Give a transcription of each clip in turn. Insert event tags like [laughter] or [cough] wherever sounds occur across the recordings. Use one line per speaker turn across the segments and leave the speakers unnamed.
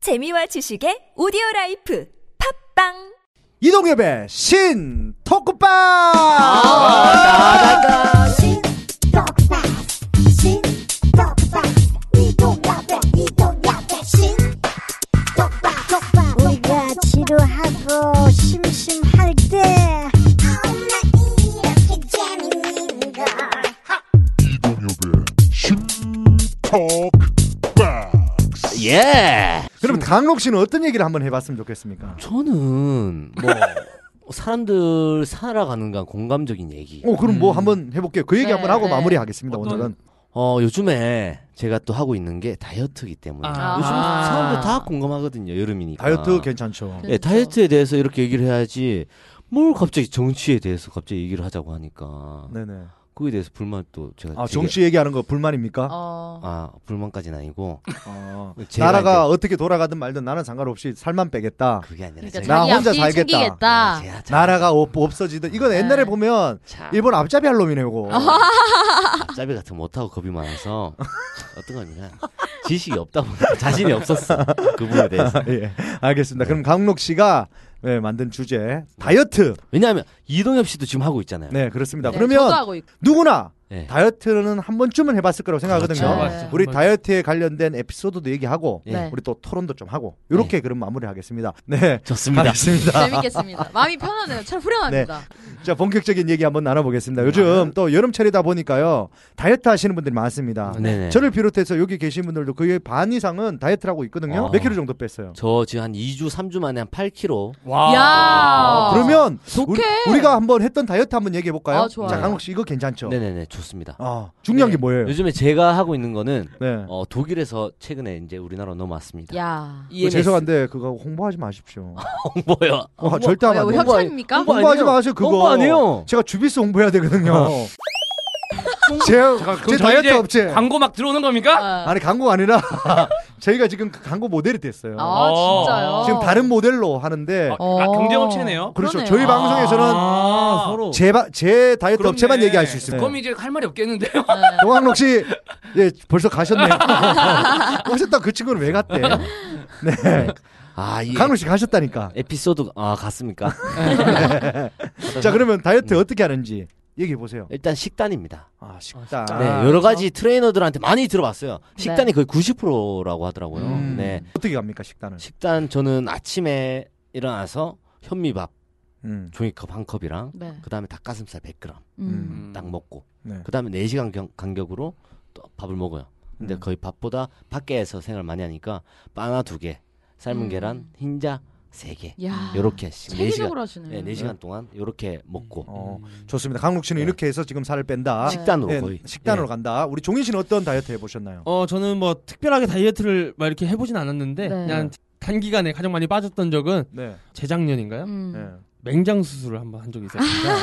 재미와 지식의 오디오 라이프 팝빵
이동엽의 신 토크방 아,
Shin talk fast. Shin talk fast. We don't love that. We don't love that. Shin talk fast. Talk fast.
우리가 지루하고 심심할 때
겁나 이렇게 재밌는 걸.
예.
그럼 강록 씨는 어떤 얘기를 한번 해봤으면 좋겠습니까?
저는 뭐 사람들 살아가는 간 공감적인 얘기.
어 그럼 뭐 한번 해볼게요. 그 얘기
네,
한번 하고
네.
마무리하겠습니다.
어떤-
오늘은
어 요즘에 제가 또 하고 있는 게 다이어트이기 때문에
아.
요즘 사람들 다 공감하거든요. 여름이니까.
다이어트 괜찮죠.
그
예, 다이어트에 대해서 이렇게 얘기를 해야지. 뭘 갑자기 정치에 대해서 갑자기 얘기를 하자고 하니까
네네.
그거에 대해서 불만 또 제가
아
되게-
정치 얘기하는 거 불만입니까?
어.
아 불만까지는 아니고
어.
제가
나라가
이제-
어떻게 돌아가든 말든 나는 상관없이 살만 빼겠다.
그게 아니라
그러니까
제가 네,
나
자기
혼자
앞길
살겠다.
챙기겠다.
제가 자-
나라가 없, 없어지든 이건 옛날에
네. 아.
보면
자-
일본 앞잡이 할놈이네고.
짜비 같은 거 못하고 겁이 많아서 어떤 거냐 지식이 없다 보니까 자신이 없었어 그분에 대해서
예, 알겠습니다. 그럼 강록 씨가 네, 만든 주제 다이어트.
왜냐하면 이동엽 씨도 지금 하고 있잖아요
네 그렇습니다.
네,
그러면
저도 하고 있고.
누구나
네.
다이어트는 한 번쯤은 해봤을 거라고 생각하거든요.
그렇죠. 네.
우리 다이어트에 관련된 에피소드도 얘기하고
네.
우리 또 토론도 좀 하고 이렇게 그럼 마무리하겠습니다. 네,
좋습니다
알겠습니다.
재밌겠습니다. 마음이 아. 편하네요. 참 후련합니다.
자 본격적인 얘기 한번 나눠보겠습니다. 요즘 또 여름철이다 보니까 다이어트 하시는 분들이 많습니다.
네네.
저를 비롯해서 여기 계신 분들도 거의 반 이상은 다이어트를 하고 있거든요.
어.
몇 킬로 정도 뺐어요?
저 지금 한 2주 3주 만에 한 8kg
야.
그러면
독해.
우리, 가 한번 했던 다이어트 한번 얘기해 볼까요?
아, 좋아요.
자, 강욱 씨 이거 괜찮죠?
네네네 좋습니다
그렇죠. 아, 중요한
네.
게 뭐예요?
요즘에 제가 하고 있는 거는
네.
어, 독일에서 최근에 이제 우리나라로 넘어왔습니다
야.
그 죄송한데 그거 홍보하지 마십시오.
아,
뭐요
어, 절대 하면
뭐야,
안
우리
돼요.
협찬
협찬입니까?
홍보
홍보하지
아니에요.
마세요 그거.
홍보 아니에요. 어.
제가 주비스 홍보해야 되거든요. 제, 제 다이어트 업체.
광고 막 들어오는 겁니까?
아,
아니 광고가 아니라 [laughs] 저희가 지금 그 광고 모델이 됐어요.
아, 진짜요?
지금 다른 모델로 하는데
아,
어.
경쟁업체네요.
그렇죠.
그러네요.
저희
아.
방송에서는
아, 서로.
제, 바- 제 다이어트
그렇네.
업체만 얘기할 수 있습니다.
그럼 이제 할 말이 없겠는데요.
네.
동학록 씨, 예, 벌써 가셨네요. [laughs] 어쨌든 그 친구는 왜 갔대? 네.
아이
강록 씨 가셨다니까.
에피소드 아 갔습니까
[laughs]
예.
자, 그러면 다이어트 어떻게 하는지 얘기해 보세요.
일단 식단입니다
아, 식단.
네, 여러 가지 트레이너들한테 많이 들어봤어요. 식단이
네.
거의 90%라고 하더라고요.
음,
네.
어떻게 갑니까, 식단은?
식단 저는 아침에 일어나서 현미밥
음.
종이컵 한 컵이랑
네.
그다음에 닭가슴살 100g
음.
딱 먹고
네.
그다음에 4시간 경- 간격으로 또 밥을 먹어요. 근데
음.
거의 밥보다 밖에서 생활 많이 하니까 바나 두 개, 삶은
음.
계란, 흰자 세 개.
야.
요렇게 지금 4시간
체계적으로 하시네.
네, 4시간 동안 요렇게 먹고
어, 좋습니다. 강록 씨는
네.
이렇게 해서 지금 살을 뺀다.
식-
식단으로
예,
거의
식단으로
예.
간다. 우리 종인 씨는 어떤 다이어트 해보셨나요?
어 저는 뭐 특별하게 다이어트를 막 이렇게 해보진 않았는데
네.
그냥 단기간에 가장 많이 빠졌던 적은
네.
재작년인가요?
음.
네.
맹장 수술을 한번 한 적이 있었습니다.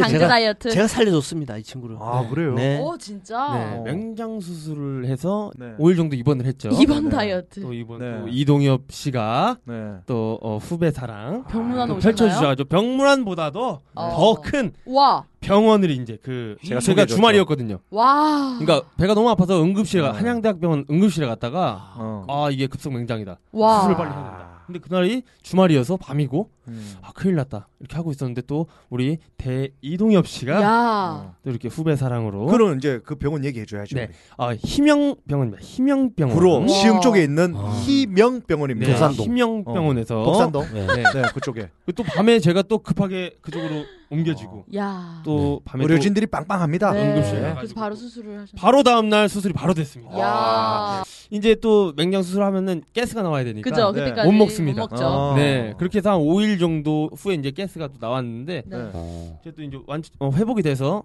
강제
제가-
다이어트.
네, 제가 살려줬습니다 이 친구를.
아, 그래요?
네.
오, 진짜.
네,
어.
맹장 수술을 해서
네.
5일 정도 입원을 했죠.
이번
네.
다이어트.
또 이번
네.
또 이동엽 씨가
네.
또 어, 후배 사랑
병문안
또
오셨나요?
펼쳐주셔가지고 병문안보다도
어.
더 큰
와.
병원을 이제 그
제가
제가,
소개해줬죠.
주말이었거든요.
와.
그러니까 배가 너무 아파서 응급실에 가-
네.
한양대학병원 응급실에 갔다가
어.
아 이게 급성 맹장이다.
와.
수술 빨리 해야 된다. 근데 그날이 주말이어서 밤이고
음.
아 큰일 났다 이렇게 하고 있었는데 또 우리 대 이동엽 씨가
야.
또 이렇게 후배 사랑으로
그럼 이제 그 병원 얘기해줘야죠.
아. 네.
우리.
아 희명 병원입니다 희명 병원
구로
와.
시흥 쪽에 있는
아.
희명 병원입니다.
네,
도산동.
희명 병원에서
독산동.
네.
어?
네.
네, 그쪽에.
또 밤에 제가 또 급하게 그쪽으로
어.
옮겨지고
야.
네.
또 밤에 또
의료진들이 빵빵합니다.
네.
응급실에
그래서
가가지고
바로 수술을 하셨네.
바로 다음 날 수술이 바로
아,
됐습니다
야.
이제 또 맹장 수술하면은 가스가 나와야 되니까
그죠.
네.
그때까지
못 먹습니다.
그러니까. 못 어. 먹죠.
아.
네 그렇게 해서 한 5일 정도 후에 이제 가스가 또 나왔는데
네.
네.
어.
이제 또 이제 완 어, 회복이 돼서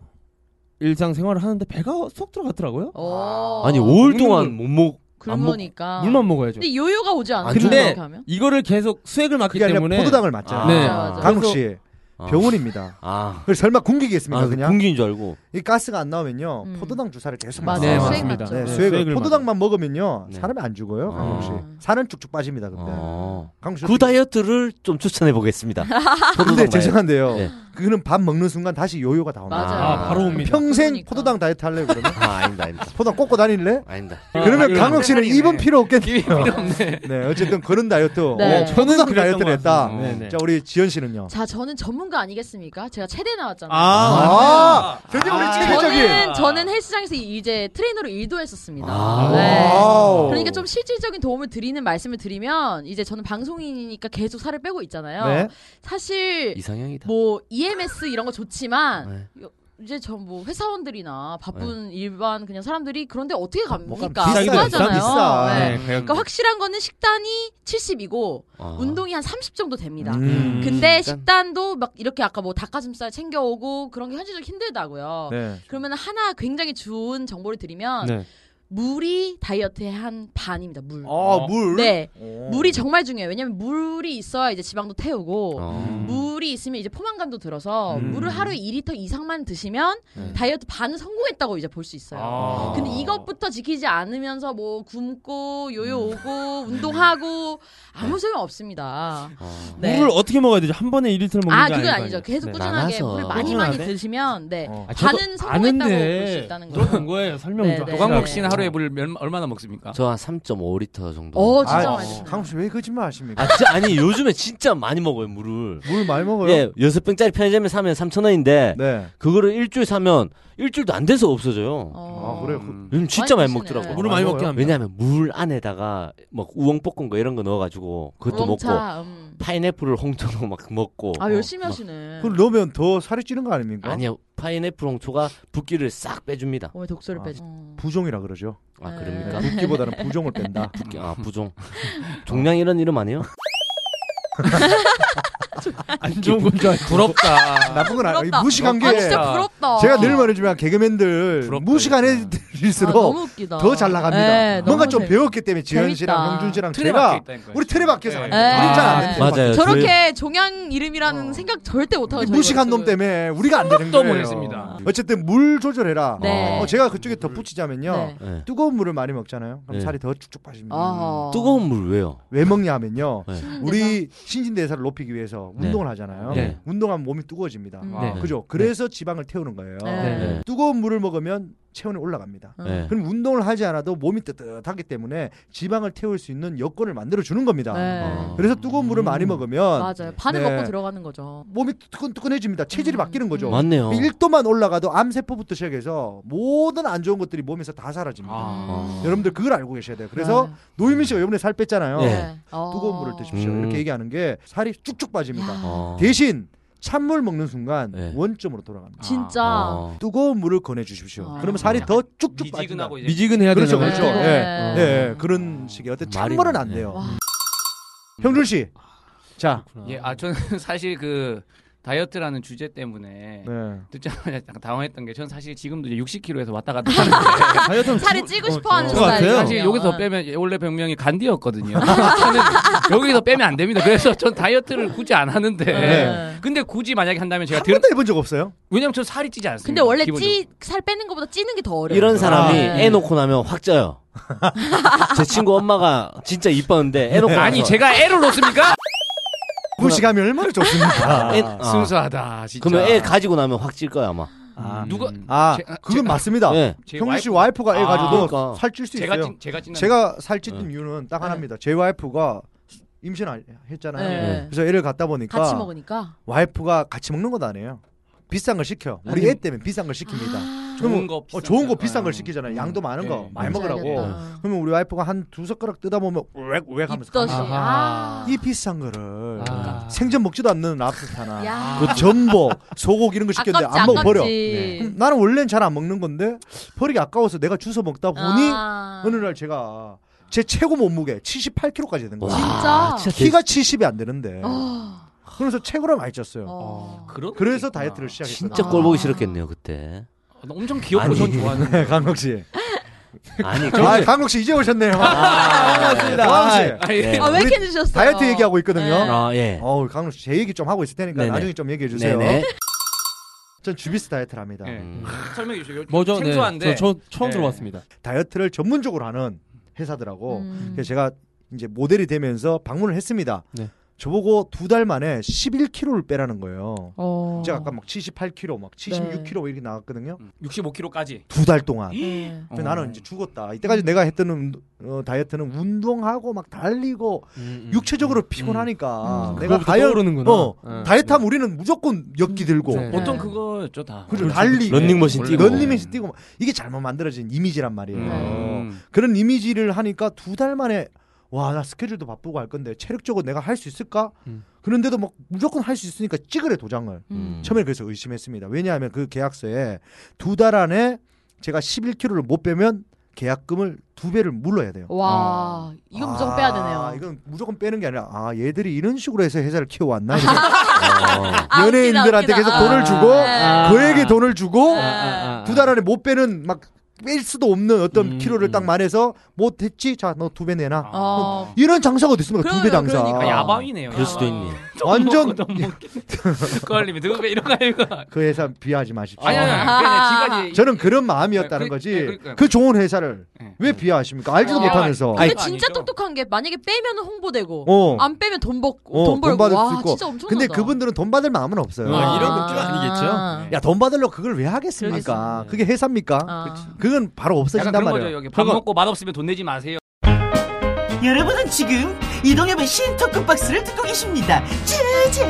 일상 생활을 하는데 배가 속 들어갔더라고요 음.
오.
아니 5일 동안 못 먹. 안 먹-
굶으니까.
물만 먹어야죠
근데 요요가 오지 않아요.
안
근데-
그렇게 하면?
이거를 계속 수액을 맞기
그게 아니라
때문에
포도당을 맞잖아요.
네.
맞아, 맞아.
강욱 씨
아.
병원입니다.
아.
그걸 설마 굶기겠습니까
아,
그냥?
공기인 줄 알고.
이 가스가 안 나오면요
음.
포도당 주사를 계속
맞아요.
맞아요.
네,
맞습니다.
맞습니다.
네,
네,
수액을
수액을
포도당만 먹으면요
네.
사람이 안 죽어요
아.
강욱 씨
아.
살은 쭉쭉 빠집니다 근데
어.
강욱 씨
그 다이어트를 좀 추천해 보겠습니다.
근데 네. 죄송한데요
네.
그는 밥 먹는 순간 다시 요요가 다온다
맞아요.
아, 바로 옵니다.
평생
그러니까.
포도당 다이어트 할래 그러면
[laughs] 아 아닙니다 아닙니다
포도당 꽂고 다닐래?
아닙니다.
그러면 강욱 씨는 입은 필요
입이
없겠네요.
필요 없네.
[laughs] 네, 어쨌든 그런 다이어트.
네.
어, 저는
저는 그랬던
다이어트를
것
했다.
같아요.
네네.
자, 우리 지현 씨는요.
자, 저는 전문가 아니겠습니까? 제가 체대 나왔잖아요.
아,
아, 드디어 우리
아.
체계적인.
저는 저는 헬스장에서 이제 트레이너로 일도 했었습니다.
아.
와우.
그러니까 좀 실질적인 도움을 드리는 말씀을 드리면 이제 저는 방송인이니까 계속 살을 빼고 있잖아요.
네.
사실
이상형이다.
뭐 EMS 이런 거 좋지만
네.
이제 전 뭐 회사원들이나 바쁜 일반 그냥 사람들이 그런데 어떻게 갑니까?
비싸긴 해요.
하잖아요.
비싸.
네,
네.
그냥-
음.
그러니까 확실한 거는 식단이 70이고
아.
운동이 한 30 정도 됩니다.
음.
근데
식단.
식단도 막 이렇게 아까 뭐 닭가슴살 챙겨오고 그런 게 현실적으로 힘들다고요.
네.
그러면 하나 굉장히 좋은 정보를 드리면
네.
물이 다이어트의 한 반입니다. 물.
어.
아, 물.
네.
오.
물이 정말 중요해요. 왜냐면 물이 있어야 이제 지방도 태우고
어.
물이 있으면 이제 포만감도 들어서
아, 음.
물을 하루에 2리터 이상만 드시면
네.
다이어트 반은 성공했다고 이제 볼 수 있어요.
아.
근데 이것부터 지키지 않으면서 뭐 굶고 요요
음.
오고 운동하고 아무 소용 없습니다.
어.
네.
물을 어떻게 먹어야 되죠? 한 번에 1리터를 먹는
아 그건
게 아닐 거
아니죠.
아니에요?
계속
네.
꾸준하게
많아서.
물을 많이
꾸준하게?
많이 드시면 네
어.
아, 저도
반은 성공했다고
아는데
볼 수 있다는 거죠.
들어본 거예요. 설명
네,
좀.
네.
음.
하시라고.
조광복 씨는 하루에 물을 몇- 얼마나 먹습니까?
저한 3.5리터 정도.
어
아,
진짜
아,
많이 드시네요.
강욱 씨왜 거짓말 하십니까?
아, 진짜, 아니 요즘에 진짜 많이 먹어요 물을.
아,
물 많이 먹어요.
네.
예, 여섯 병짜리 편의점에 사면 3,000원인데
네.
그거를 일주일 사면 일주일도 안 돼서 없어져요.
어.
아, 그래요?
음.
요즘 진짜 많이,
많이 드시네.
먹더라고.
물을 많이
안
먹게
먹어요?
합니다.
왜냐하면 물 안에다가 막 우엉 볶은 거 이런 거 넣어가지고 그것도 먹고
우렁차, 음.
파인애플을 홍초로 막 먹고.
아 열심히
어, 막-
하시네.
그걸 넣으면 더 살이 찌는 거 아닙니까?
아니요 파인애플 홍초가 붓기를 싹 빼줍니다.
오늘 독소를
아.
빼지. 어.
부종이라 그러죠.
아
네.
그럽니까?
붓기보다는 부종을
[laughs]
뺀다.
붓기 아 부종. 종량 이런 이름 아니에요?
안 좋은 건줄 알고.
부럽다.
그 [laughs] 나쁜 건 아니에요.
부럽다.
무식한 게
아 진짜 부럽다.
제가 늘 말하지만 개그맨들
부럽다,
무식 안
진짜.
아,
해드릴수록
너무 웃기다.
더 잘 나갑니다.
네,
뭔가
너무
좀
재밌-
배웠기 때문에 지현 씨랑
재밌다.
형준 씨랑
틀에
제가
박혀 있다니까요.
우리 틀에 박혀서 안
네.
돼요. 우리 잘안 돼요.
아,
맞아요.
저렇게 종양 이름이라는 생각 절대 못 하고
이 네, 어. 무식한 놈 때문에 우리가 안 되는
생각도
거예요.
못했습니다.
어쨌든 물 조절해라.
네.
어, 제가 그쪽에 덧붙이자면요.
네.
네.
뜨거운 물을 많이 먹잖아요. 그럼
네.
살이 더 쭉쭉 빠집니다.
아.
뜨거운 물 왜요?
왜 먹냐 하면요.
네.
음.
우리 신진대사를 높이기 위해서
네.
운동을 하잖아요.
네.
운동하면 몸이 뜨거워집니다.
음.
아,
네.
그죠? 그래서 지방을 태우는 거예요.
네.
네.
뜨거운 물을 먹으면 체온이 올라갑니다.
음.
네.
그럼 운동을 하지 않아도 몸이 뜨뜻하기 때문에 지방을 태울 수 있는 여건을 만들어 주는 겁니다.
네.
그래서 뜨거운 물을 많이 먹으면
맞아요. 반을
네.
먹고 들어가는 거죠.
몸이 뜨끈뜨끈해집니다. 체질이
음.
바뀌는 거죠.
맞네요.
1도만 올라가도 암세포부터 시작해서 모든 안 좋은 것들이 몸에서 다 사라집니다.
아.
어.
여러분들 그걸 알고 계셔야 돼요.
네.
그래서 노유민 씨가 이번에 살 뺐잖아요.
네.
어.
뜨거운 물을 드십시오.
음.
이렇게 얘기하는 게 살이 쭉쭉 빠집니다.
어.
대신 찬물 먹는 순간
네.
원점으로 돌아갑니다.
진짜
어.
뜨거운 물을 건해 주십시오.
아.
그러면 살이 더 쭉쭉 빠진다.
미지근하고 이제
미지근해야 되는
그렇죠,
거예요.
그렇죠.
네.
예,
네.
예, 그런 식의 어때
어. 말이 뭐, 예. 아,
찬물은 안
많네.
돼요.
와.
형준 씨, 자,
예, 아 저는 [laughs] 사실 그 다이어트라는 주제 때문에
네.
듣자마자 약간 당황했던 게 저는 사실 지금도 이제 60kg에서 왔다 갔다 하는데
[laughs]
다이어트는
살을 찌고 싶어 하는
그거 같아요.
스타일이에요.
사실 여기서 빼면 예, 원래 병명이 간디였거든요. 저는 여기서 빼면 안 됩니다. 그래서 전 다이어트를 굳이 안 하는데
네.
근데 굳이 만약에 한다면 제가
한
들
번도 해본 적 없어요?
왜냐면 저 살이 찌지 않습니다.
근데 원래
기본적으로.
찌, 살 빼는 것보다 찌는 게 더 어려워요.
이런 사람이
아.
애 놓고 나면 확 쪄요.
[laughs]
제 친구 엄마가 진짜 이뻤는데 애
네,
놓고
아니
나서
제가 애를 놓습니까?
무식하면 얼마나 좋습니까?
애, 아,
순수하다 진짜.
그러면 애 가지고 나면 확 찔 거야 [laughs] 아마.
아,
누가
아,
제-
그건 맞습니다.
네.
제
형준 씨 와이프가 애
아,
가지고
그러니까.
살찔 수
제가
있어요.
찐 제가 찐
네.
제가
네.
살찌는 이유는 딱 하나입니다. 제 와이프가 임신했잖아요.
네.
그래서 애를 갖다 보니까
같이 먹으니까.
와이프가 같이 먹는 건 아니에요. 비싼 걸 시켜. 우리 애 때문에 비싼 걸 시킵니다.
아.
좋은 거
어,
비싼
좋은 거
거.
비싼 걸
음.
시키잖아요. 양도 많은 거
예.
많이
뭔지
먹으라고.
알겠다.
그러면 우리 와이프가 한 두 젓가락 뜯어 보면 우웩우웩 하면서
입덧이.
갑니다.
아.
이 비싼 거를
아.
생전 먹지도 않는 랍스타나
야.
아.
그 전복, 소고기 이런 거 시켰는데
아깝지,
안 먹어
아깝지.
버려. 그럼 나는 원래는 잘 안 먹는 건데 버리기 아까워서 내가 주워 먹다
네.
보니
아.
어느 날 제가 제 최고 몸무게 78kg까지 된 거예요.
아,
진짜.
아. 키가 70이 안 되는데
어.
그래서 최고로 많이 쪘어요. [laughs]
어.
그런
그래서
게 있구나.
다이어트를 시작했어요.
진짜
아.
꼴보기 싫었겠네요 그때.
나 엄청 귀엽고
아니.
전 좋아하는데.
네, [laughs] 강국 씨.
아니
아,
그때-
강국 씨 이제 오셨네요.
반갑습니다.
강국 씨.
아, 예.
네.
아, 왜
우리
이렇게 해주셨어요?
다이어트 얘기하고 있거든요.
네.
아 예.
어우, 강국 씨 제 얘기 좀 하고 있을 테니까
네네.
나중에 좀 얘기해 주세요.
네네.
전 주비스 다이어트를 합니다.
예.
음.
설명해 주세요.
뭐죠? 네.
생소한데.
저, 저 처음
네.
들어봤습니다.
다이어트를 전문적으로 하는 회사들하고
음.
그래서 제가 이제 모델이 되면서 방문을 했습니다.
네.
저보고 두 달 만에 11kg를 빼라는 거예요.
어.
제가 아까 막 78kg, 막 76kg 이렇게 나왔거든요.
음.
65kg까지. 어.
두 달 동안.
네.
근데 그
어.
나는 이제 죽었다. 이때까지 내가 했던 운- 어, 다이어트는 운동하고 막 달리고 육체적으로 피곤하니까
음.
내가
음. 그거부터
다이어트
떠오르는구나.
어,
네.
다이어트하면 우리는 무조건 엽기 들고
네. 그렇죠,
보통 그거였죠 다. 음.
그죠 달리
네.
런닝머신
원래
뛰고.
런닝머신 뛰고 막. 이게 잘못 만들어진 이미지란 말이에요.
네.
어.
음.
그런 이미지를 하니까 두 달 만에 와 나 스케줄도 바쁘고 할 건데 체력적으로 내가 할 수 있을까?
음.
그런데도 막 무조건 할 수 있으니까 찍으래 도장을.
음.
처음에 그래서 의심했습니다. 왜냐하면 그 계약서에 두 달 안에 제가 11kg를 못 빼면 계약금을 두 배를 물러야 돼요.
와, 어, 이건 무조건 빼야 되네요.
아, 이건 무조건 빼는 게 아니라 아 얘들이 이런 식으로 해서 회사를 키워왔나
어.
[laughs] 아,
연예인들한테
웃기다, 웃기다.
계속
아,
돈을 주고
네.
그에게 돈을 주고
아,
두 달 안에 못 빼는 막 뺄 수도 없는 어떤
음,
키로를 딱
음. 말해서
말해서 못 했지 자 너 두 배 내놔
어.
이런 장사가 어디 있습니까 두 배
그러면
장사
그러니까
아, 야방이네요.
그럴 수도 있네.
[laughs]
완전
걸리면 등급에 이런 거 아니고.
그 회사 비하하지 마십시오
아니 아니 아니. 그냥 지가 이제
저는 그런 마음이었다는
그- 네,
거지
그러니까요.
그 좋은 회사를
네.
왜 비하하십니까 알지도
어.
못하면서
근데
아니, 아,
진짜
아니죠.
똑똑한 게 만약에 빼면 홍보되고
어.
안 빼면 돈 벌고
어,
돈
돈
벌고
받을
와
수 있고.
진짜 엄청나다.
근데 그분들은 돈 받을 마음은 없어요
아, 이런 것들은 아니겠죠?
야,
야 돈 받으려고 그걸 왜 하겠습니까
네. 그러겠습니다.
그게 회사입니까
아.
그건 바로
그렇죠.
없어진단
약간 그런 거죠.
말이에요
여기 밥
그거-
먹고 맛 없으면 돈 내지 마세요.
여러분은 지금 이동엽의 신토크 박스를 듣고 계십니다. 제제.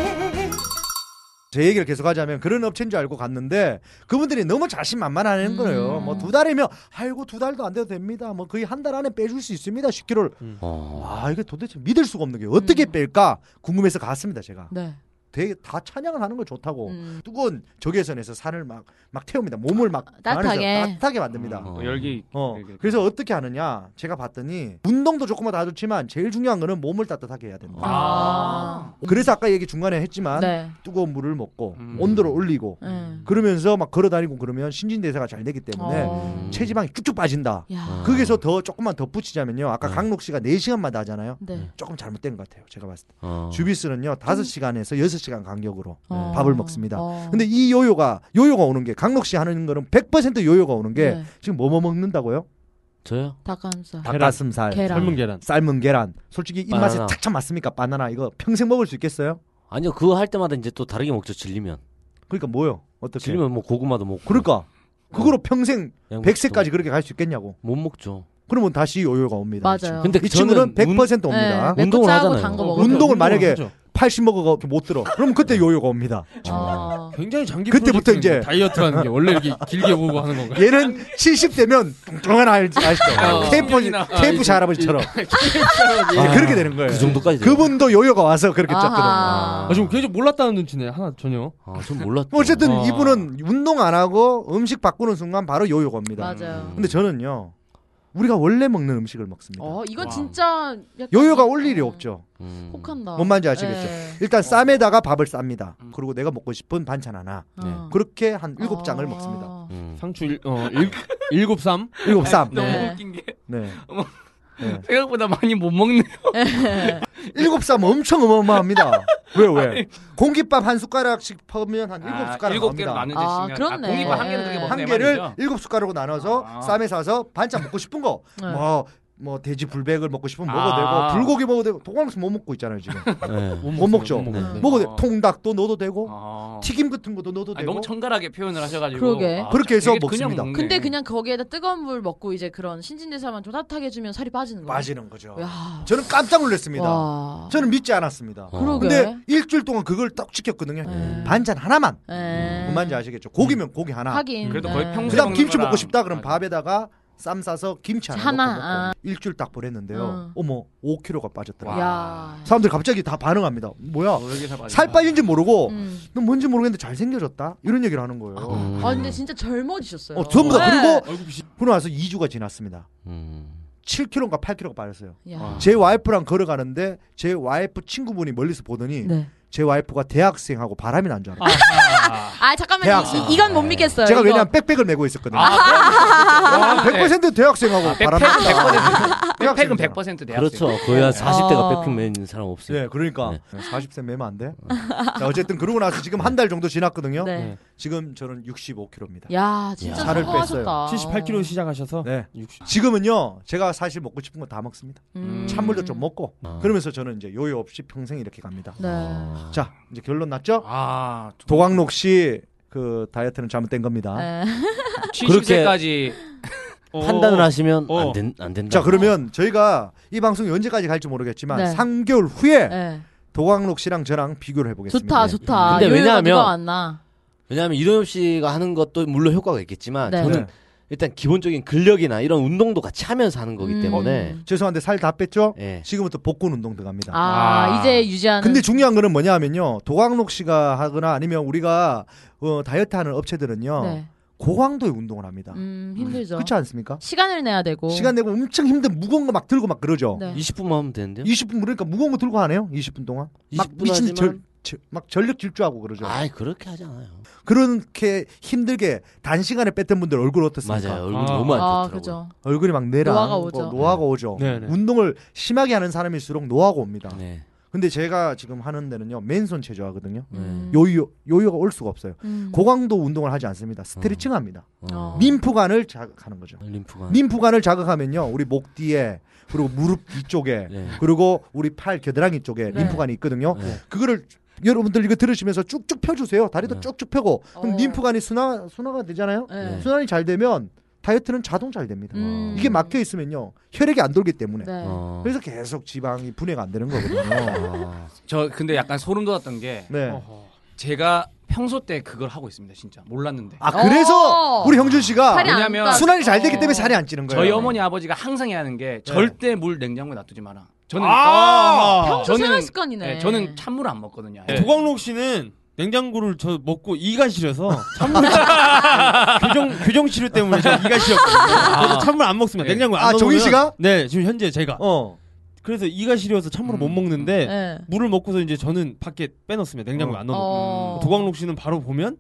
제 얘기를 계속하자면 그런 업체인 줄 알고 갔는데 그분들이 너무 자신만만하는
음.
거예요. 뭐 두 달이면 아이고 두 달도 안 돼도 됩니다. 뭐 거의 한 달 안에 빼줄 수 있습니다. 10kg를.
음.
어.
아 이게 도대체 믿을 수가 없는 게 어떻게
음.
뺄까 궁금해서 갔습니다. 제가
네.
되게 다 찬양을 하는 거 좋다고
음.
뜨거운 적외선에서 산을 막 막 태웁니다. 몸을 막
따뜻하게.
안에서 따뜻하게 만듭니다.
어.
어, 열기.
아, 어
이렇게.
그래서 어떻게 하느냐 제가 봤더니 운동도 조금만 다 좋지만 제일 중요한 거는 몸을 따뜻하게 해야 된다.
아.
그래서 아까 음. 얘기 중간에 했지만
네.
뜨거운 물을 먹고
음.
온도를 올리고
네.
그러면서 막 걸어 다니고 그러면 신진대사가 잘 되기 때문에
어.
체지방이 쭉쭉 빠진다.
야.
아.
거기서 더 조금만 더 붙이자면요. 아까
음.
강록 씨가 4시간마다 하잖아요.
네.
조금 잘못된 것 같아요. 제가 봤을 때.
어.
주비스는요.
음.
5시간에서 6시간 간격으로
어.
네. 밥을 먹습니다.
어.
근데 이 요요가 요요가 오는 게 강록 씨 하는 거는 100% 요요가 오는 게
네.
지금 뭐 뭐 먹는다고요?
저요?
닭가슴살.
닭가슴살,
계란. 네.
삶은 계란.
삶은 계란. 솔직히 입맛에
바나나.
착착 맞습니까? 바나나 이거 평생 먹을 수 있겠어요?
아니요 그거 할 때마다 이제 또 다르게 먹죠 질리면
그러니까 뭐요? 어떻게?
질리면 뭐 고구마도 먹고
그러니까 그거로 평생
그냥
100세까지 그렇게 갈 수 있겠냐고.
못 먹죠
그러면 다시 요요가 옵니다.
맞아요.
근데
이
저는
친구는
운-
100% 옵니다.
네.
운동을
짜고
하잖아요.
단거
어,
먹어요.
운동을 만약에-
하죠.
80 먹어가 못 들어. 그럼 그때 요요가 옵니다.
어.
굉장히 장기
그때부터
프로젝트인데
이제- 예.
다이어트 하는 게 원래 이렇게 길게 보고 하는 건가요?
얘는 70대면 뚱뚱한 알- 아시죠?
어,
테이프
신경이나-
테이프 잘 할아버지처럼 이제 그렇게 되는 거예요.
그 정도까지
네.
돼요?
그분도 요요가 와서 그렇게
아하.
짰거든요.
아, 지금 계속 몰랐다는 눈치네. 하나 전혀.
아, 전 몰랐죠
어쨌든
아.
이분은 운동 안 하고 음식 바꾸는 순간 바로 요요가 옵니다.
맞아요.
근데 저는요. 우리가 원래 먹는 음식을 먹습니다.
어, 이건
와.
진짜 약간
요요가 올 일이 없죠.
음.
혹한다.
뭔 말인지 아시겠죠?
네.
어.
일단 쌈에다가 밥을 쌉니다.
음.
그리고 내가 먹고 싶은 반찬 하나.
네.
어.
그렇게 한
어.
일곱 장을 먹습니다.
음.
상추 일, 어, 일, 일곱 삼.
일곱 쌈.
너무
네.
웃긴 게
네. 네.
생각보다 많이 못 먹네.
일곱 쌈 엄청
[laughs]
어마어마합니다. 왜 왜? 공깃밥 한 숟가락씩 퍼면 한 아, 일곱 숟가락
일곱 개로
나옵니다.
나누지
아,
있으면
그렇네.
공이밥 한 개는 그게 먹는
한
애
개를
말이죠.
일곱 숟가락으로 나눠서
아.
쌈에 싸서 반찬 먹고 싶은 거.
[laughs] 네.
뭐, 뭐 돼지 불백을 먹고 싶으면
아.
먹어도 되고 불고기 먹어도 되고 동광수 못 먹고 있잖아요
[laughs]
지금.
네.
못 먹죠.
못 먹는데.
먹어도
어.
돼. 통닭도 넣어도 되고
아.
튀김 같은 것도 넣어도
아니,
되고.
너무 청결하게 표현을 하셔가지고
그러게.
아,
그렇게 해서
되게 그냥
먹습니다.
먹네.
근데 그냥 거기에다 뜨거운 물 먹고 이제 그런 신진대사만 좀 따뜻하게 해주면 살이 빠지는 거예요.
빠지는 거죠.
야.
저는 깜짝 놀랐습니다.
와.
저는 믿지 않았습니다.
어.
그러게.
근데 일주일 동안 그걸 딱 지켰거든요.
네.
반찬 하나만.
에.
뭔지 아시겠죠? 고기면 고기 하나.
하긴.
그래도 거의
에.
평소에
그다음
먹는
김치
거랑.
먹고 싶다 그럼
맞아.
밥에다가 쌈 싸서 김치 하나,
하나,
먹고, 먹고.
아.
일주일 딱 보냈는데요.
어.
어머 5kg가 빠졌더라고요.
야.
사람들이 갑자기 다 반응합니다. 뭐야?
어,
살 빠진지 모르고
음.
넌 뭔지 모르겠는데 잘 생겨졌다 이런 얘기를 하는 거예요.
음.
아 근데 진짜 젊어지셨어요.
어, 전부 다
네.
그리고
얼굴 빛이
그러고 나서 2주가 지났습니다.
음.
7kg인가 8kg가 빠졌어요.
야.
제 와이프랑 걸어가는데 제 와이프 친구분이 멀리서 보더니
네.
제 와이프가 대학생하고 바람이 난 줄 알아요.
아 잠깐만
대학생.
이, 이건 못
네,
믿겠어요.
제가
이거.
왜냐면 백팩을 메고 있었거든요. 아, 100% 대학생하고 바람이 난다.
아, 백팩은
대학생이잖아.
100%
네,
대학생.
그렇죠. 거의
아.
한 40대가
어.
백핑 맨 사람 없어요.
네, 그러니까 40세 매면 안 돼. 자, 어쨌든 그러고 나서 지금 한 달 정도 지났거든요.
네.
지금 저는 65kg입니다.
야 진짜
어? 살을
성공하셨다.
78kg 뭐, 시작하셔서
네.
60.
지금은요, 제가 사실 먹고 싶은 거 다 먹습니다.
음.
찬물도 좀 먹고.
아.
그러면서 저는 이제 요요 없이 평생 이렇게 갑니다.
네.
자, 이제 결론 났죠?
아,
도광록 씨 그 다이어트는 잘못된 겁니다.
네.
70세까지
판단을 하시면
어.
안, 된, 안 된다.
자, 그러면 저희가 이 방송이 언제까지 갈지 모르겠지만
네.
3개월 후에
네.
도광록 씨랑 저랑 비교를 해보겠습니다.
좋다
네.
좋다.
근데
요요가
왜냐하면-
누가 왔나?
왜냐하면 이동엽 씨가 하는 것도 물론 효과가 있겠지만
네.
저는
네.
일단 기본적인 근력이나 이런 운동도 같이 하면서 하는 거기 때문에
음. 네.
죄송한데 살 다 뺐죠?
예.
지금부터 복근 운동 들어갑니다.
아,
아.
이제 유지하는.
근데 중요한 거는 뭐냐 하면요. 도광록 씨가 하거나 아니면 우리가 어, 다이어트 하는 업체들은요.
네.
고강도의 운동을 합니다.
음 힘들죠.
어. 그렇지 않습니까?
시간을 내야 되고.
시간 내고 엄청 힘든 무거운 거 막 들고 막 그러죠.
네.
20분만 하면 되는데요.
20분 그러니까 무거운 거 들고 하네요. 20분 동안. 막
20분
미친
하지만-
절, 절- 막 전력 질주하고 그러죠.
아이 그렇게 하지 않아요.
그렇게 힘들게 단시간에 뺐던 분들 얼굴 어떻습니까?
맞아요. 얼굴
아.
너무 안
아
좋더라고요.
그죠.
얼굴이 막 내랑
노화가 오죠.
뭐 노화가 오죠.
네네.
운동을 심하게 하는 사람일수록 노화가 옵니다.
네.
근데 제가 지금 하는 데는요. 맨손 체조 하거든요.
네.
음.
요요 요요가 올 수가 없어요.
음.
고강도 운동을 하지 않습니다. 스트레칭 합니다.
어.
림프관을 자극하는 거죠.
어.
림프관.
림프관을 자극하면요. 우리 목 뒤에 그리고 무릎 뒤쪽에
네.
그리고 우리 팔 겨드랑이 쪽에
네.
림프관이 있거든요.
네.
그거를 여러분들 이거 들으시면서 쭉쭉 펴주세요. 다리도
네.
쭉쭉 펴고 그럼
어.
림프관이 순화 순화가 되잖아요.
네.
순환이 잘 되면 다이어트는 자동 잘 됩니다.
음.
이게 막혀 있으면요 혈액이 안 돌기 때문에
네.
어.
그래서 계속 지방이 분해가 안 되는
[laughs]
거거든요.
아.
저 근데 약간 소름 돋았던 게
네.
제가 평소 때 그걸 하고 있습니다. 진짜 몰랐는데.
아 그래서
어.
우리 형준 씨가
살이 안
왜냐면
빠-
순환이 잘 되기
어.
때문에 살이 안 찌는 거예요.
저희 어머니 아버지가 항상 해야 하는 게 절대 물 냉장고에 놔두지 마라. 저는
아!
평소
저는-
생활 습관이네.
네, 저는 찬물 안 먹거든요. 예.
도광록 네. 씨는 냉장고를 저 먹고 이가 시려서
[laughs]
찬물 교정 교정 치료 때문에 저 이가 시렸거든요. 그래서 찬물 안 먹습니다.
네.
냉장고 안
아, 정희
넣어놓으면-
씨가?
네 지금 현재 제가
어.
그래서 이가 시려서 찬물을 못
음.
예.
먹는데
네.
물을 먹고서 이제 저는 밖에 빼놨습니다. 냉장고 에안
음.
넣어.
어.
도광록 씨는 바로 보면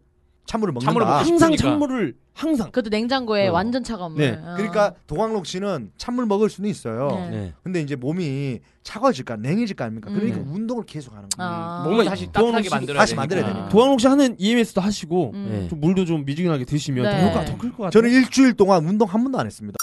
찬물을 먹는다.
찬물을 먹고
항상
싶으니까.
찬물을 항상
그것도 냉장고에
어.
완전 차가운 물.
네.
어.
그러니까 도광록 씨는 찬물 먹을 수는 있어요.
네.
네.
근데 이제 몸이 차가워질까 냉해질까 아닙니까? 그러니까
네.
음.
운동을 계속 하는 거예요.
아.
몸을 다시 따뜻하게
도광록 씨-
만들어야
다시
되니까.
만들어야 됩니다.
아. 도광록 씨 하는 EMS도 하시고
음.
네.
좀 물도 좀 미지근하게 드시면
네.
더 효과가 더 클 것 같아요.
저는 일주일 동안 운동 한 번도 안 했습니다.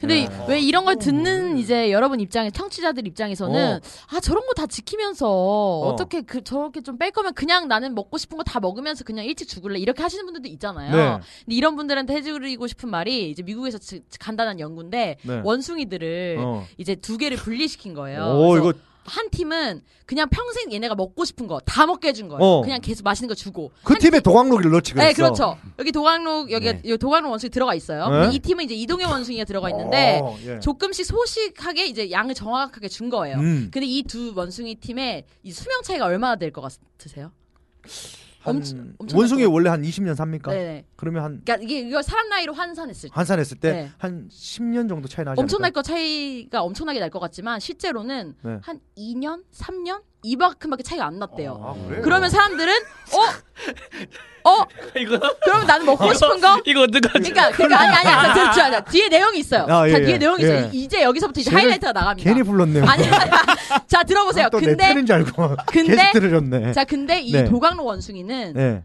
근데
네.
왜 이런 걸 듣는 이제 여러분 입장에 청취자들 입장에서는
어.
아 저런 거 다 지키면서 어. 떻게그 저렇게 좀 뺄 거면 그냥 나는 먹고 싶은 거 다 먹으면서 그냥 일찍 죽을래 이렇게 하시는 분들도 있잖아요.
네.
근데 이런 분들한테 해드리고 싶은 말이 이제 미국에서 지- 간단한 연구인데
네.
원숭이들을
어.
이제 두 개를 분리시킨 거예요.
오
네. 그래서
이거
한 팀은 그냥 평생 얘네가 먹고 싶은 거 다 먹게 해준 거예요.
어.
그냥 계속 맛있는 거 주고
그 팀에 도광록을 넣지 그랬어.
네, 그렇죠. 여기 도광록 여기
네.
요 도광록 원숭이 들어가 있어요.
네.
근데 이 팀은 이제 이동현 원숭이가 들어가 있는데
어, 예.
조금씩 소식하게 이제 양을 정확하게 준 거예요.
음.
근데 이 두 원숭이 팀의 이 수명 차이가 얼마나 될 것 같으세요?
한-
엄청- 엄청날
원숭이
것
원래 한 20년 삽니까?
네.
그러면 한
그러니까 이게 이걸 사람 나이로 환산했을 때
환산했을 때
네.
한 10년 정도 차이 나지
엄청날
않을까?
거 차이가 엄청나게 날 것 같지만 실제로는
네.
한 2년, 3년 이만큼밖에 차이가 안 났대요.
아, 그래요?
그러면 사람들은 어? 어?
[laughs] 이거
그러면 나는 먹고 싶은 거?
이거 누가
그러니까 그러니까 아니 아니
[laughs]
아니 저, 저, 저, 뒤에 내용이 있어요.
아, 예,
자
예.
뒤에 내용이 있어요.
예.
이- 이제 여기서부터 이제
쟤는
하이라이트가 나갑니다.
괜히 불렀네요.
[laughs] 아니 자 들어보세요.
또내
근데
틀인 줄 알고
근데-
계속 들으셨네.
자 근데 이
네.
도강로 원숭이는
네.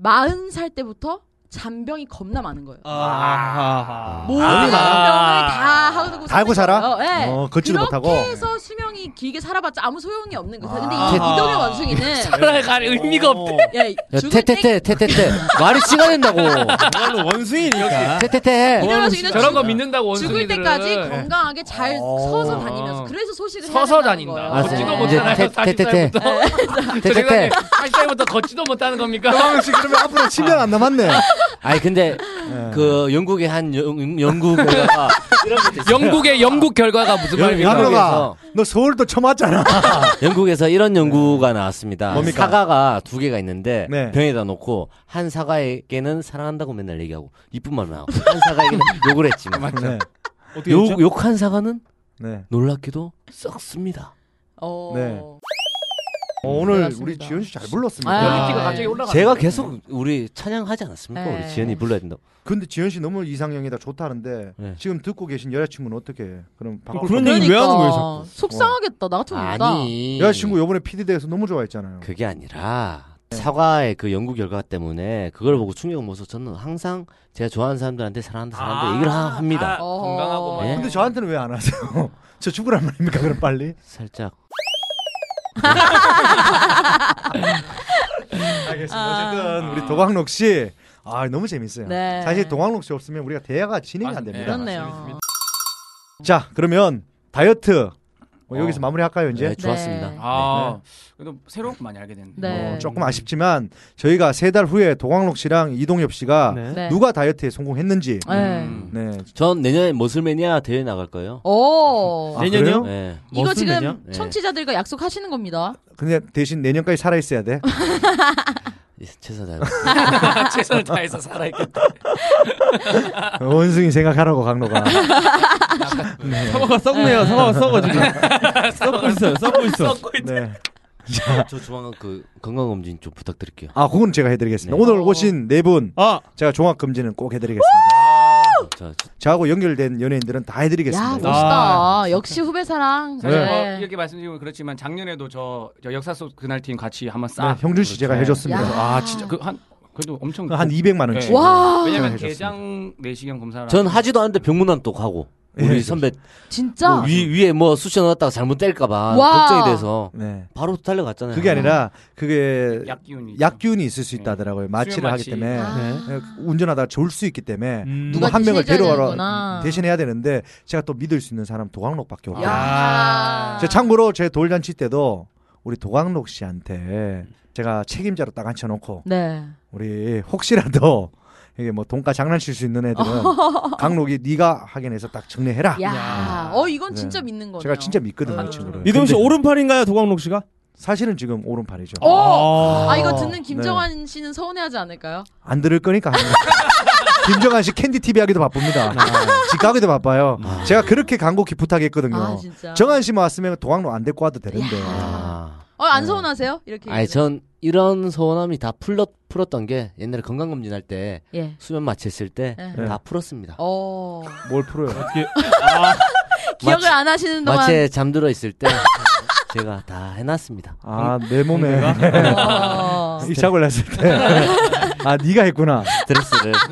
40살 때부터 잔병이 겁나 많은 거예요.
아,
아하하.
모든 잔병을 다 하고
다 하고 살아?
살았어요. 예.
어, 걷지도
그렇게
못하고.
해서 수명이 길게 살아봤자 아무 소용이 없는 거죠. 근데
아.
이 이동현 원숭이는
살아갈 의미가 없대.
예,
야,
죽을 때
테테테 테테테 말이 씨가 된다고.
도광록 원숭이니까.
테테테.
어,
이동현 원숭이는
저런
죽-
거 믿는다고 원숭이들은.
죽을 때까지 건강하게 잘 서서 다니면서 그래서 소식을 해야
서서
된다는
다닌다.
거예요.
아,
네.
걷지도
이제
못하나요?
테-
40살부터. 저
테테테.
세상에 40살부터 걷지도 못하는 겁니까?
도광록 씨 그러면 앞으로 10년 안 남았네.
아니 근데 그 영국의 한 영, 영국 여자가
영국의 영국 결과가 무슨
네.
말입니까?
영국.
양로가 너 서울도 처음 왔잖아.
영국에서 이런 연구가 나왔습니다.
뭡니까?
사과가 두 개가 있는데
네.
병에다 놓고 한 사과에게는 사랑한다고 맨날 얘기하고 이쁜 말만 하고 한 사과에게는 [laughs] 욕을 했지만
네.
어떻게 했죠?
욕, 욕한 사과는
네.
놀랍게도 썩습니다.
어.
네. 어, 오늘
맞습니다.
우리 지현 씨 잘 불렀습니다.
아,
연기가 갑자기 올라가.
제가 계속 우리 찬양하지 않았습니까?
네.
우리 지연이 불러야 된다. 고
근데 지현 씨 너무 이상형이다 좋다는데
네.
지금 듣고 계신 여자친구는 어떻게 해? 그럼 바꿀
그런
건가요?
얘기 왜 하는 거예요, 자꾸?
어, 속상하겠다. 나 같으면 울다.
아니.
여자친구 요번에 PD 대에서 너무 좋아했잖아요.
그게 아니라 사과의 그 연구 결과 때문에 그걸 보고 충격을 먹어서 저는 항상 제가 좋아하는 사람들한테 사랑한다 사랑한다
아,
얘기를 하- 합니다.
아, 건강하고 막.
예?
근데 저한테는 왜 안 하세요? [laughs] 저 죽으란 말입니까? 그럼 빨리.
살짝
알겠습니다. 어쨌든 우리 도광록 씨, 아 너무 재밌어요.
아. 네.
사실 도광록 씨 없으면 우리가 대화가 진행이 안 됩니다.
맞습니다.
그렇네요.
자, 그러면 다이어트 뭐
어.
여기서 마무리할까요 이제?
네, 좋았습니다.
네.
아, 그래도 새로운 거 많이 알게 됐네.
네.
어, 조금 아쉽지만 저희가 세 달 후에 도광록 씨랑 이동엽 씨가
네.
네.
누가 다이어트에 성공했는지,
네.
음.
네,
전 내년에 머슬매니아 대회 나갈 거예요.
오.
아,
내년이요?
네.
어. 이거
무슨
지금
매냐?
네.
청취자들과 약속하시는 겁니다.
근데 대신 내년까지 살아 있어야 돼.
최선
[laughs]
다
네.
[laughs] 아, 최선을 다해서 살아있겠다.
원숭이 생각하라고 강로가.
사과가 썩네요. 사과가 썩어 [laughs] 지금. 썩고 있어요. 썩고 있어.
네.
저 조만간 그 건강검진 좀 부탁드릴게요.
아, 그건 제가 해드리겠습니다.
네.
오늘 오신 네 분
아,
어.
제가 종합 검진은 꼭 해드리겠습니다.
저, 저-
저하고 연결된 연예인들은 다
야
해드리겠습니다.
멋있다. 역시 후배 사랑.
사실
네.
뭐 이렇게 말씀드리면 그렇지만 작년에도 저, 저 역사 속 그날 팀 같이 한번
네,
싹
형준 씨 제가
네.
해줬습니다.
야.
아 진짜 그 한 그래도 엄청
한 200만 원치.
네.
와
왜냐면
해줬습니다.
대장 내시경 검사를
전 하지도 않는데 병문안 또 가고 우리
예.
선배
진짜.
뭐 위, 위에 뭐 수셔 넣었다가 잘못 뗄까봐
와.
걱정이 돼서
네.
바로 달려갔잖아요.
그게 아니라 그게
약 기운이
약균이 있을 수
네.
있다더라고요. 마취를
수면
하기
마취.
때문에
아.
네. 운전하다 가 졸 수 있기 때문에
음.
누가 한 명을
대신해줘야
데려와라
되는구나.
대신해야 되는데 제가 또 믿을 수 있는 사람 도광록밖에 없어요.
야.
제 참고로 제 돌잔치 때도 우리 도광록 씨한테 제가 책임자로 딱 앉혀놓고
네.
우리 혹시라도 이게 뭐 돈가 장난칠 수 있는
[laughs]
애들은 강록이 네가 확인해서 딱 정리해라.
야. 어 이건
네.
진짜 믿는 거네요.
제가 진짜 믿거든요, 이 친구를.
이동 씨
근데
오른팔인가요, 도광록 씨가?
사실은 지금 오른팔이죠.
어!
아.
아 이거 듣는 김정환 씨는 서운해하지 않을까요?
안 들을 거니까.
[laughs]
하는 거예요. 김정한 씨 캔디 TV 하기도
아,
바쁩니다. 직가기도 바빠요.
아,
제가 그렇게 간곡히 부탁했거든요.
아 진짜.
정한 씨만 왔으면 도항로 안 데리고 와도 되는데.
아.
어안 서운하세요? 이렇게.
아니 전 이런 서운함이 다 풀렸, 풀었던 게 옛날에 건강검진 할 때
예.
수면 마취했을 때 다
네.
풀었습니다.
어.
뭘 풀어요?
[laughs] 기억을 안 하시는 동안.
마취에 잠들어 있을 때 [laughs] 제가 다 해놨습니다.
아, 내 몸에
어.
[laughs] 이착을 했을 때. 아, 네가 했구나.
스트레스를 그때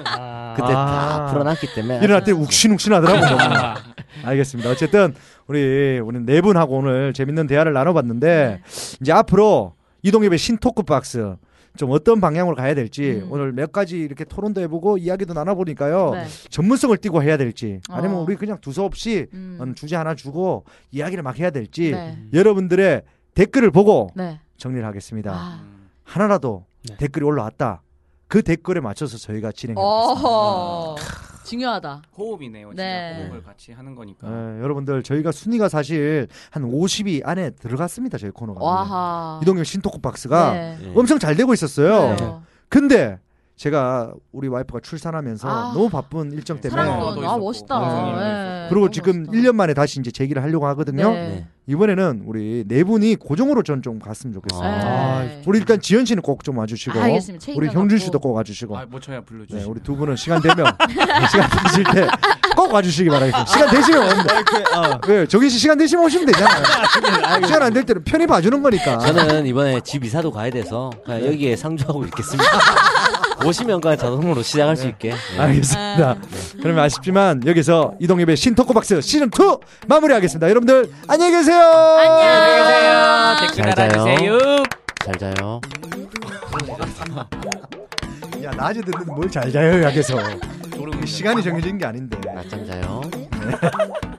아.
다 풀어놨기 때문에 네.
일어날 때 욱신욱신 하더라고요.
아.
몸이. 알겠습니다. 어쨌든 우리 우리 네 분하고 오늘 재밌는 대화를
네.
나눠봤는데 이제 앞으로 이동엽의 신토크 박스 좀 어떤 방향으로 가야 될지
음.
오늘 몇 가지 이렇게 토론도 해보고 이야기도 나눠보니까요
네.
전문성을 띠고 해야 될지 아니면
어.
우리 그냥 두서없이
음.
음, 주제 하나 주고 이야기를 막 해야 될지
네.
여러분들의 댓글을 보고
네.
정리를 하겠습니다.
아.
하나라도
네.
댓글이 올라왔다. 그 댓글에 맞춰서 저희가 진행해 보겠습니다.
어.
아.
중요하다.
호흡이네요. 진짜
네.
호흡을 같이 하는 거니까.
예, 여러분들 저희가 순위가 사실 한 50위 안에 들어갔습니다. 저희 코너가.
와하.
음. 이동형 신토크 박스가
네.
예.
엄청 잘 되고 있었어요.
그래요.
근데 제가 우리 와이프가 출산하면서
아.
너무 바쁜 일정 때문에
사랑도
사랑꾼. 아
있었고,
멋있다.
방송인도
예.
네. 그리고
너무
지금
멋있다.
1년 만에 다시 이제 재기를 하려고 하거든요.
네.
네.
이번에는 우리 네 분이 고정으로 전 좀 갔으면 좋겠어요.
아.
네.
우리 일단 지현 씨는 꼭 좀 와주시고,
아, 알겠습니다. 책임감
우리 형준
갖고.
씨도 꼭 와주시고,
아, 못 쳐야 불러주시.
네, 우리 두 분은 시간 되면 [laughs] 시간 되실 때 꼭 와주시기 바라겠습니다. 시간 되시면 오면
어.
왜 정희 씨 시간 되시면 오시면 되잖아요. 시간 안 될 때는 편히 봐주는 거니까.
저는 이번에 집 이사도 가야 돼서 그냥 여기에 상주하고 있겠습니다. 오시면 그냥 자동으로 시작할 수 있게. 예.
알겠습니다. 그러면 아쉽지만 여기서 이동엽의 신토크 박스 시즌 2 마무리하겠습니다. 여러분들 안녕히 계세요.
안녕히 계세요. 댓글
잘 자요.
달아주세요.
잘 자요.
야 낮에 듣는데 뭘 잘 자요 약에서
졸음
시간이 정해진 게 아닌데.
낮잠 자요.